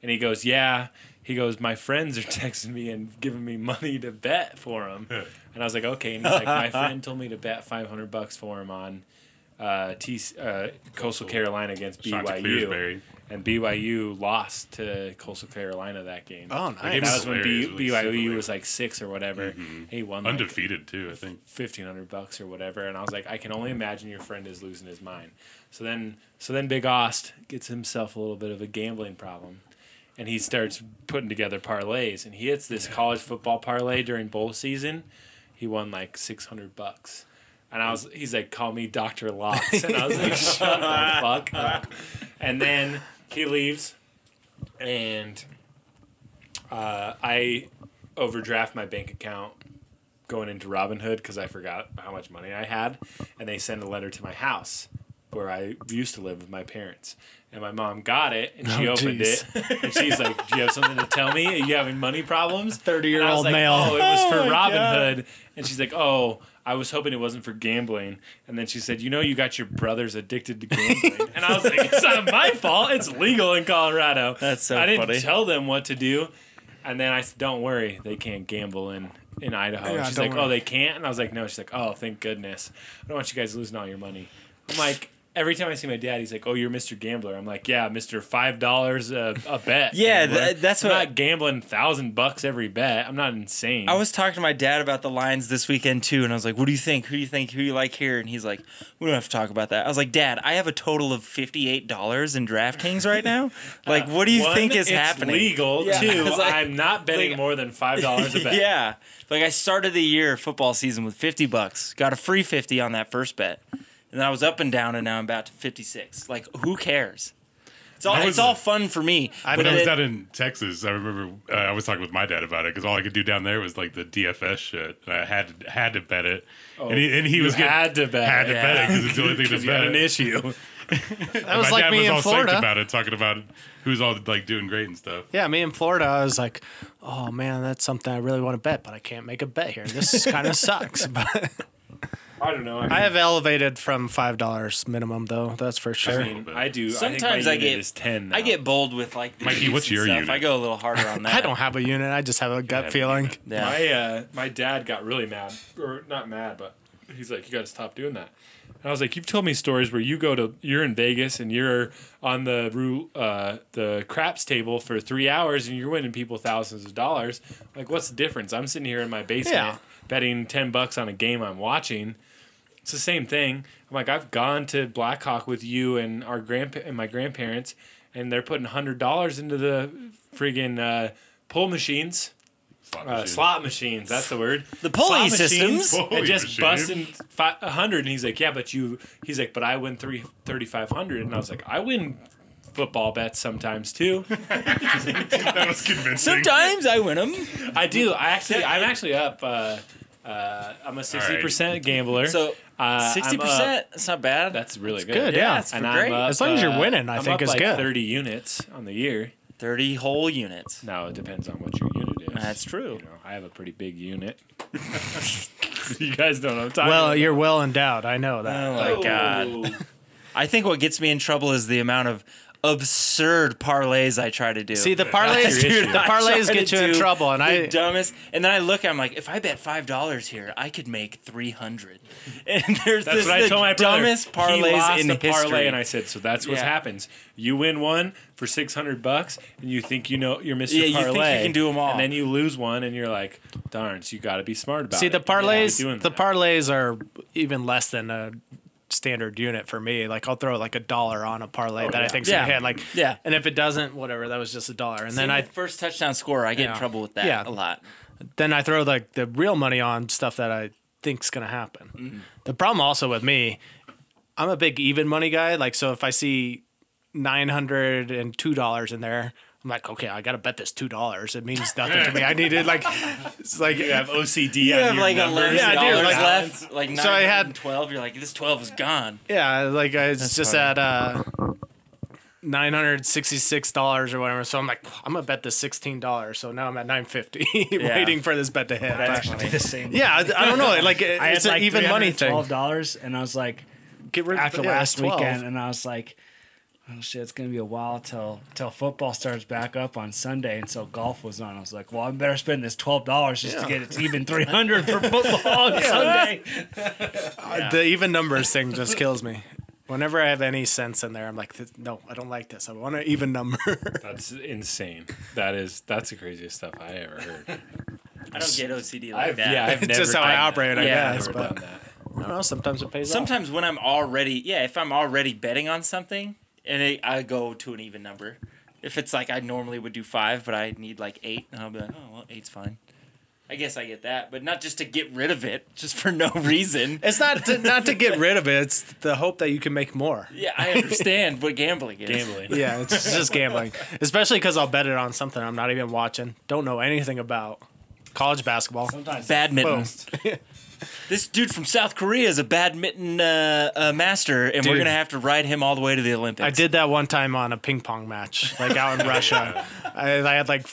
and he goes yeah he goes my friends are texting me and giving me money to bet for them and i was like okay and he's like my friend told me to bet 500 bucks for him on uh, T- uh, coastal carolina against Shot to byu Clearsbury. and BYU lost to Coastal Carolina that game. Oh, That nice. Mm-hmm. was, when B- Hilarious, really BYU super was like six or whatever. He won like Undefeated too, I think. fifteen hundred bucks or whatever, and I was like, I can only imagine your friend is losing his mind. So then, so then Big Ost gets himself a little bit of a gambling problem, and he starts putting together parlays, and he hits this college football parlay during bowl season. He won like six hundred bucks. And I was, he's like, call me Dr. Locks. And I was like, shut the fuck up. And then he leaves, and uh, I overdraft my bank account going into Robinhood because I forgot how much money I had, and they send a letter to my house where I used to live with my parents. And my mom got it and she Oh, opened geez. it and she's like, "Do you have something to tell me? Are you having money problems?" Thirty year old male. Oh, it was for Robin Hood. And she's like, "Oh, I was hoping it wasn't for gambling." And then she said, "You know, you got your brothers addicted to gambling." and I was like, "It's not my fault. It's legal in Colorado." That's so I didn't funny. tell them what to do. And then I said, "Don't worry, they can't gamble in." In Idaho, Yeah, And she's don't like, worry. "Oh, they can't," and I was like, "No." She's like, "Oh, thank goodness. I don't want you guys losing all your money." I'm like, every time I see my dad, he's like, "Oh, you're Mr. Gambler." I'm like, "Yeah, Mr. Five dollars a a bet." Yeah, gambler. tha- that's I'm what I- not gambling thousand bucks every bet. I'm not insane. I was talking to my dad about the Lions this weekend too, and I was like, "What do you think? Who do you think? Who do you like here?" And he's like, "We don't have to talk about that." I was like, "Dad, I have a total of fifty-eight dollars in DraftKings right now. Like, what do you Uh, One, think is it's happening?" Legal. Yeah. Two, It's like- I'm not betting like- more than five dollars a bet. yeah, like I started the year football season with fifty bucks, got a free fifty on that first bet, and then I was up and down, and now I'm about to fifty-six. Like, who cares? It's all I it's was- all fun for me. I when I was out in Texas, I remember uh, I was talking with my dad about it because all I could do down there was like the DFS shit. And I had to, had to bet it, and he, and he You was getting, had to bet. had to bet it because it's the only thing to You had bet. an issue. That was my like dad me was in all Florida. psyched about it, talking about who's all like doing great and stuff. Yeah, me in Florida, I was like, oh man, that's something I really want to bet, but I can't make a bet here. This kind of sucks. But I don't know. I, mean, I have elevated from five dollars minimum though. That's for sure. I mean, I do. Sometimes I I, think my get- unit is ten. I now. get bold with like the Mikey, Chiefs what's and your stuff. unit? I go a little harder on that. I don't have a unit. I just have a gut feeling. Yeah. My uh, my dad got really mad, or not mad, but he's like, "You got to stop doing that." And I was like, "You've told me stories where you go to, you're in Vegas and you're on the ru- uh, the craps table for three hours and you're winning people thousands of dollars. Like, what's the difference? I'm sitting here in my basement Yeah. betting ten bucks on a game I'm watching." It's the same thing. I'm like, I've gone to Black Hawk with you and our grandpa and my grandparents, and they're putting hundred dollars into the friggin' uh, pull machines Slot uh, machine. slot machines. That's the word. The pulley systems. And Pulley just machine. busting fi- a hundred, and he's like, "Yeah, but you." He's like, "But I win three thirty five hundred, and I was like, "I win football bets sometimes too. That was convincing. Sometimes I win them. I do. I actually, I'm actually up. Uh, uh, I'm a sixty percent gambler. So uh, sixty I'm up- percent. That's not bad. That's really good. good, yeah. it's And for I'm great. up, uh, As long as you're winning, I I'm think up it's like good. Thirty units on the year. Thirty whole units. Now it depends on what your unit is. That's true. You know, I have a pretty big unit. you guys don't know. What I'm talking Well, about. Uh, you're well endowed. I know Oh that. my god! I think what gets me in trouble is the amount of absurd parlays I try to do. See the parlays, your issue. the parlays I get tried you to in do trouble, and the I dumbest. And then I look, I'm like, if I bet five dollars here, I could make three hundred. And there's That's this what I the told my brother. dumbest he parlays lost in a parlay, history. and I said, "So that's what Yeah. happens. You win one for six hundred bucks, and you think you know you're Mr. Yeah, you think you parlay. can do 'em all. and then you lose one, and you're like, "Darn, so you got to be smart about see it." the You gotta be parlays. doing The that. parlays are even less than a standard unit for me. Like I'll throw like a dollar on a parlay that I think's Oh, Yeah. gonna hit. Like Yeah. and if it doesn't, whatever. That was just a dollar, and then then I I first touchdown scorer, I get in Yeah. trouble with that Yeah. a lot. then I throw like the real money on stuff that I think's gonna happen. Mm-hmm. The problem also with me, I'm a big even money guy. Like so, if I see nine hundred and two dollars in there, I'm like, okay, I gotta bet this two dollars. It means nothing to me. I needed like, it's like you have OCD. You on have your like numbers. eleven Yeah, I do, dollars like- left, like So I had- 12 You're like, this twelve is gone. yeah, like I was just funny. at uh. Nine hundred sixty-six dollars or whatever. So I'm like, I'm gonna bet the sixteen dollars. So now I'm at nine fifty, waiting for this bet to hit. I But- actually did the same. yeah, I, I don't know. Like it- I had it's an like even money thing. Twelve dollars, and I was like, Get rid- after yeah, last it's 12. weekend, and I was like, oh shit, it's gonna be a while till till football starts back up on Sunday, and so golf was on. I was like, well, I better spend this twelve dollars just to get it to even three hundred for football on Sunday. Uh, The even numbers thing just kills me. Whenever I have any sense in there, I'm like, "Th- no, I don't like this. I want an even number. That's insane. That is that's the craziest stuff I ever heard. I don't get OCD like I've, that. yeah, I've It's never just how I done operate, that. I Yeah, I've guess, never but- done that. I don't know. Sometimes it pays off. Sometimes when I'm already, yeah, if I'm already betting on something and it, I go to an even number. If it's like I normally would do five, but I need like eight, and I'll be like, oh, well, eight's fine. I guess I get that, but not just to get rid of it, just for no reason. It's not to, not to get rid of it. It's the hope that you can make more. Yeah, I understand what gambling is. Gambling. Yeah, it's just gambling, especially because I'll bet it on something I'm not even watching, don't know anything about. college basketball. Sometimes badminton. this dude from South Korea is a badminton uh, uh, master, and we're Dude. gonna have to ride him all the way to the Olympics. I did that one time on a ping pong match, like out in Russia. I, I had like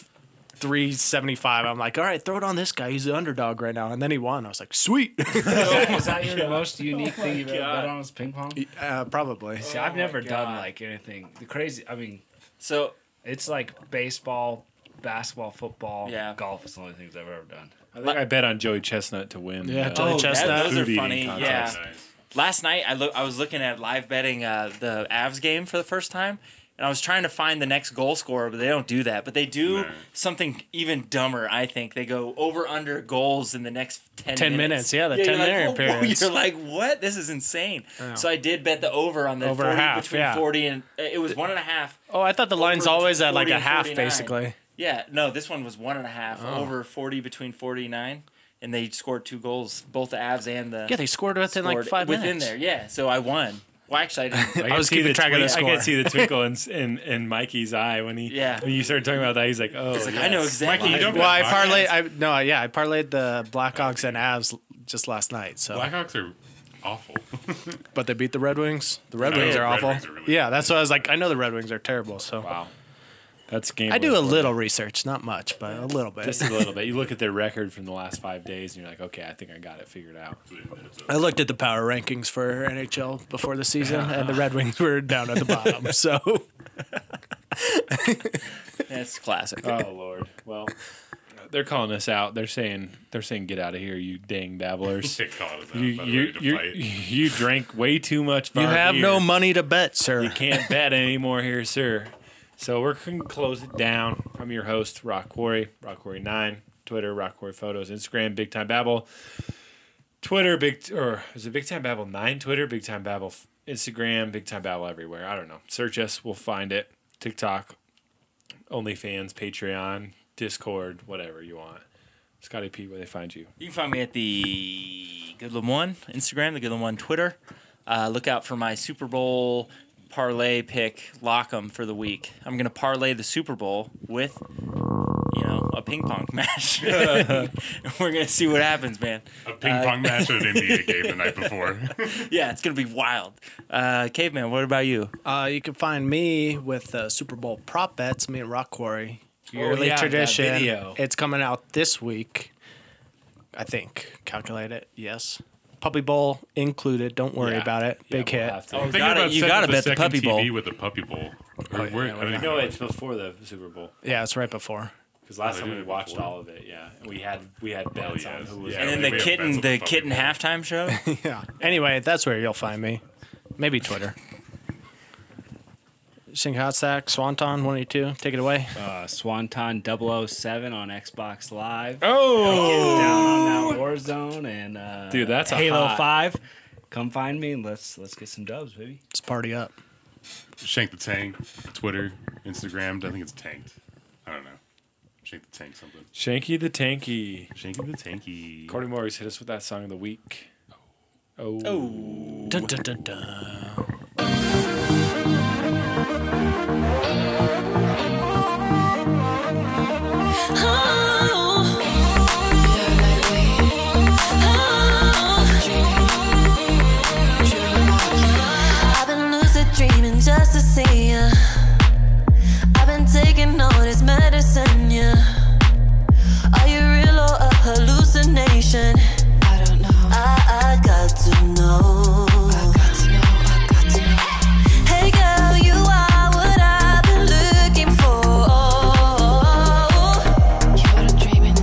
375. I'm like, all right, throw it on this guy. He's the underdog right now. And then he won. I was like, sweet. Is that- is that your most unique thing you've ever bet on is ping pong? uh, probably. See, I've never done like anything. The crazy, I mean, So it's like baseball, basketball, football, Yeah. golf is the only things I've ever done. I think I bet on Joey Chestnut to win. Yeah, the Joey Oh, that- Chestnut. those are food eating funny. contest. Yeah. Nice. last night I look I was looking at live betting uh, the Avs game for the first time, and I was trying to find the next goal scorer, but they don't do that. But they do No. something even dumber. I think they go over under goals in the next ten, 10 minutes, yeah, the 10 you're minute like, "Whoa, whoa," periods. You're like, what? This is insane. So I did bet the over on the Over 40, half, between yeah. forty and uh, it was one and a half. Oh, I thought the line's always at like 40 a and half, 49. basically. Yeah, no, this one was one and a half Oh. over forty between forty nine. And they scored two goals, both the Avs and the Yeah, they scored within like scored five within minutes. there. Yeah, so I won. Well, actually, I didn't. I, was was keeping keeping track of the I score. could see the twinkle in, in in Mikey's eye when he Yeah. when you started talking about that. He's like, oh, like, I know exactly. you don't Well, I parlayed. Blackhawks. I no, yeah, I parlayed the Blackhawks and Avs just last night. So, Blackhawks are awful. but they beat the Red Wings. The Red Oh, I know Wings the are Red awful. Wings are really yeah, that's why I was like, I know the Red Wings are terrible. So, wow. That's game. I do a over. little research, not much, but a little bit. just a little bit. You look at their record from the last five days, and you're like, okay, I think I got it figured out. I looked at the power rankings for NHL before the season, and the Red Wings were down at the bottom. So That's classic. Oh Lord. Well, they're calling us out. They're saying they're saying get out of here, you dang dabblers. Shit causes you you you, you drank way too much. you bar have beer. no money to bet, You sir. can't bet anymore here, sir. So we're going to close it down. I'm your host, Rock Quarry, Rock Quarry 9, Twitter, Rock Quarry Photos, Instagram, Big Time Babble. Twitter, Big, or is it Big Time Babble 9 Twitter, Big Time Babble f- Instagram, Big Time Babble everywhere. I don't know. Search us, we'll find it. TikTok, OnlyFans, Patreon, Discord, whatever you want. Scotty P, where they find you. You can find me at the Goodland One Instagram, the Goodland One Twitter. Uh, look out for my Super Bowl parlay pick, lock 'em for the week. I'm gonna parlay the Super Bowl with, you know, a ping pong match. We're gonna see what happens, man. A ping pong match at an NBA game the night before. Yeah, it's gonna be wild. Uh, Caveman, what about you? Uh, you can find me with uh, Super Bowl prop bets. Me and Rock Quarry yearly Oh, yeah, that tradition. video. It's coming out this week, I think. Calculate it. Yes, Puppy Bowl included. Don't worry Yeah. about it. Yeah, Big we'll hit. have to- Oh, Thinking gotta- about you setting gotta up bet the second puppy TV bowl. with the puppy bowl. Oh, Or yeah, where- why I don't even No, know. it's before the Super Bowl. Yeah, it's right before. Because last they time did we it watched before. all of it, yeah. And We had we had bets yeah. on who was Yeah. And then gonna we the have kitten, friends with the the kitten halftime show. Yeah. Anyway, that's where you'll find me. Maybe Twitter. Sing Hot Sack, Swanton, one eighty two. Take it away. Uh, Swanton 007 on Xbox Live. Oh, Down on that Warzone and uh, Dude, that's a Halo hot. Five. Come find me and let's let's get some dubs, baby. Let's party up. Shank the Tank, Twitter, Instagram. I think it's tanked. I don't know. Shank the Tank something. Shanky the Tanky. Shank the Tanky. Cordy Morris hit us with that song of the week. Oh, Dun, dun, dun, dun. I've been lucid dreaming just to see ya. I've been taking all this medicine, yeah. Are you real or a hallucination? I don't know. I, I got to know. I got to know, I got to know. Hey girl, you are what I've been looking for. You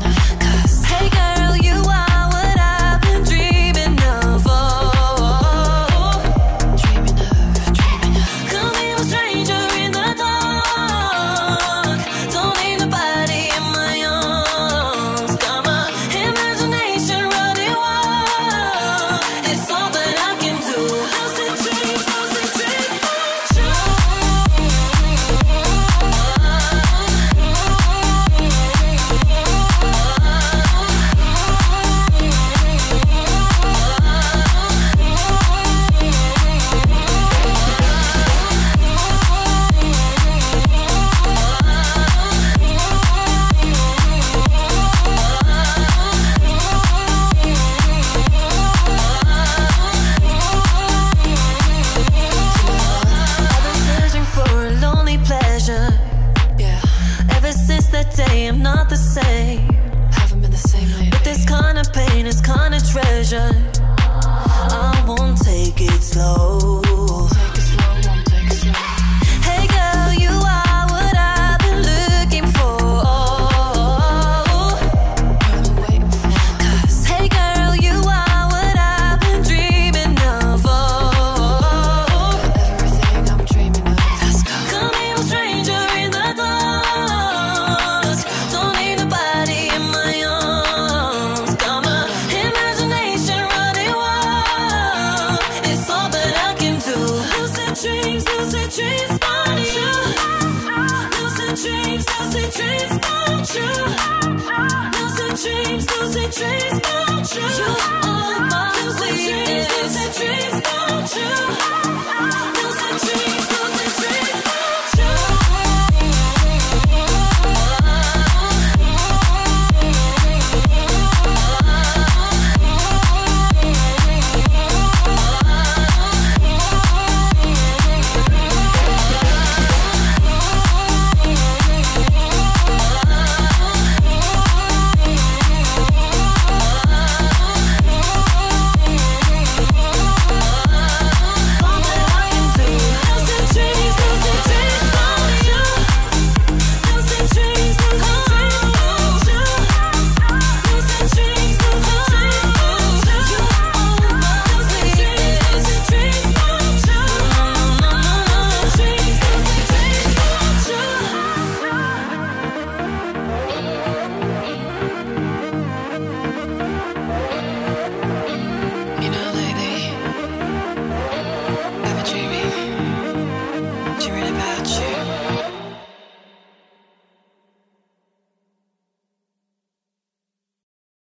This kind of pain is kind of treasure. I won't take it slow. Hey girl, you are what I've been looking for. Cause, hey girl, you are what I've been dreaming of. Everything I'm dreaming of. Come here, stranger in the dusk. Don't need nobody in my arms. Got my imagination running wild. It's all that I can do. Lucid dreams, lucid dreams, about you. Lucid dreams, lucid dreams, about you. Lucid dreams, lucid dreams, about you.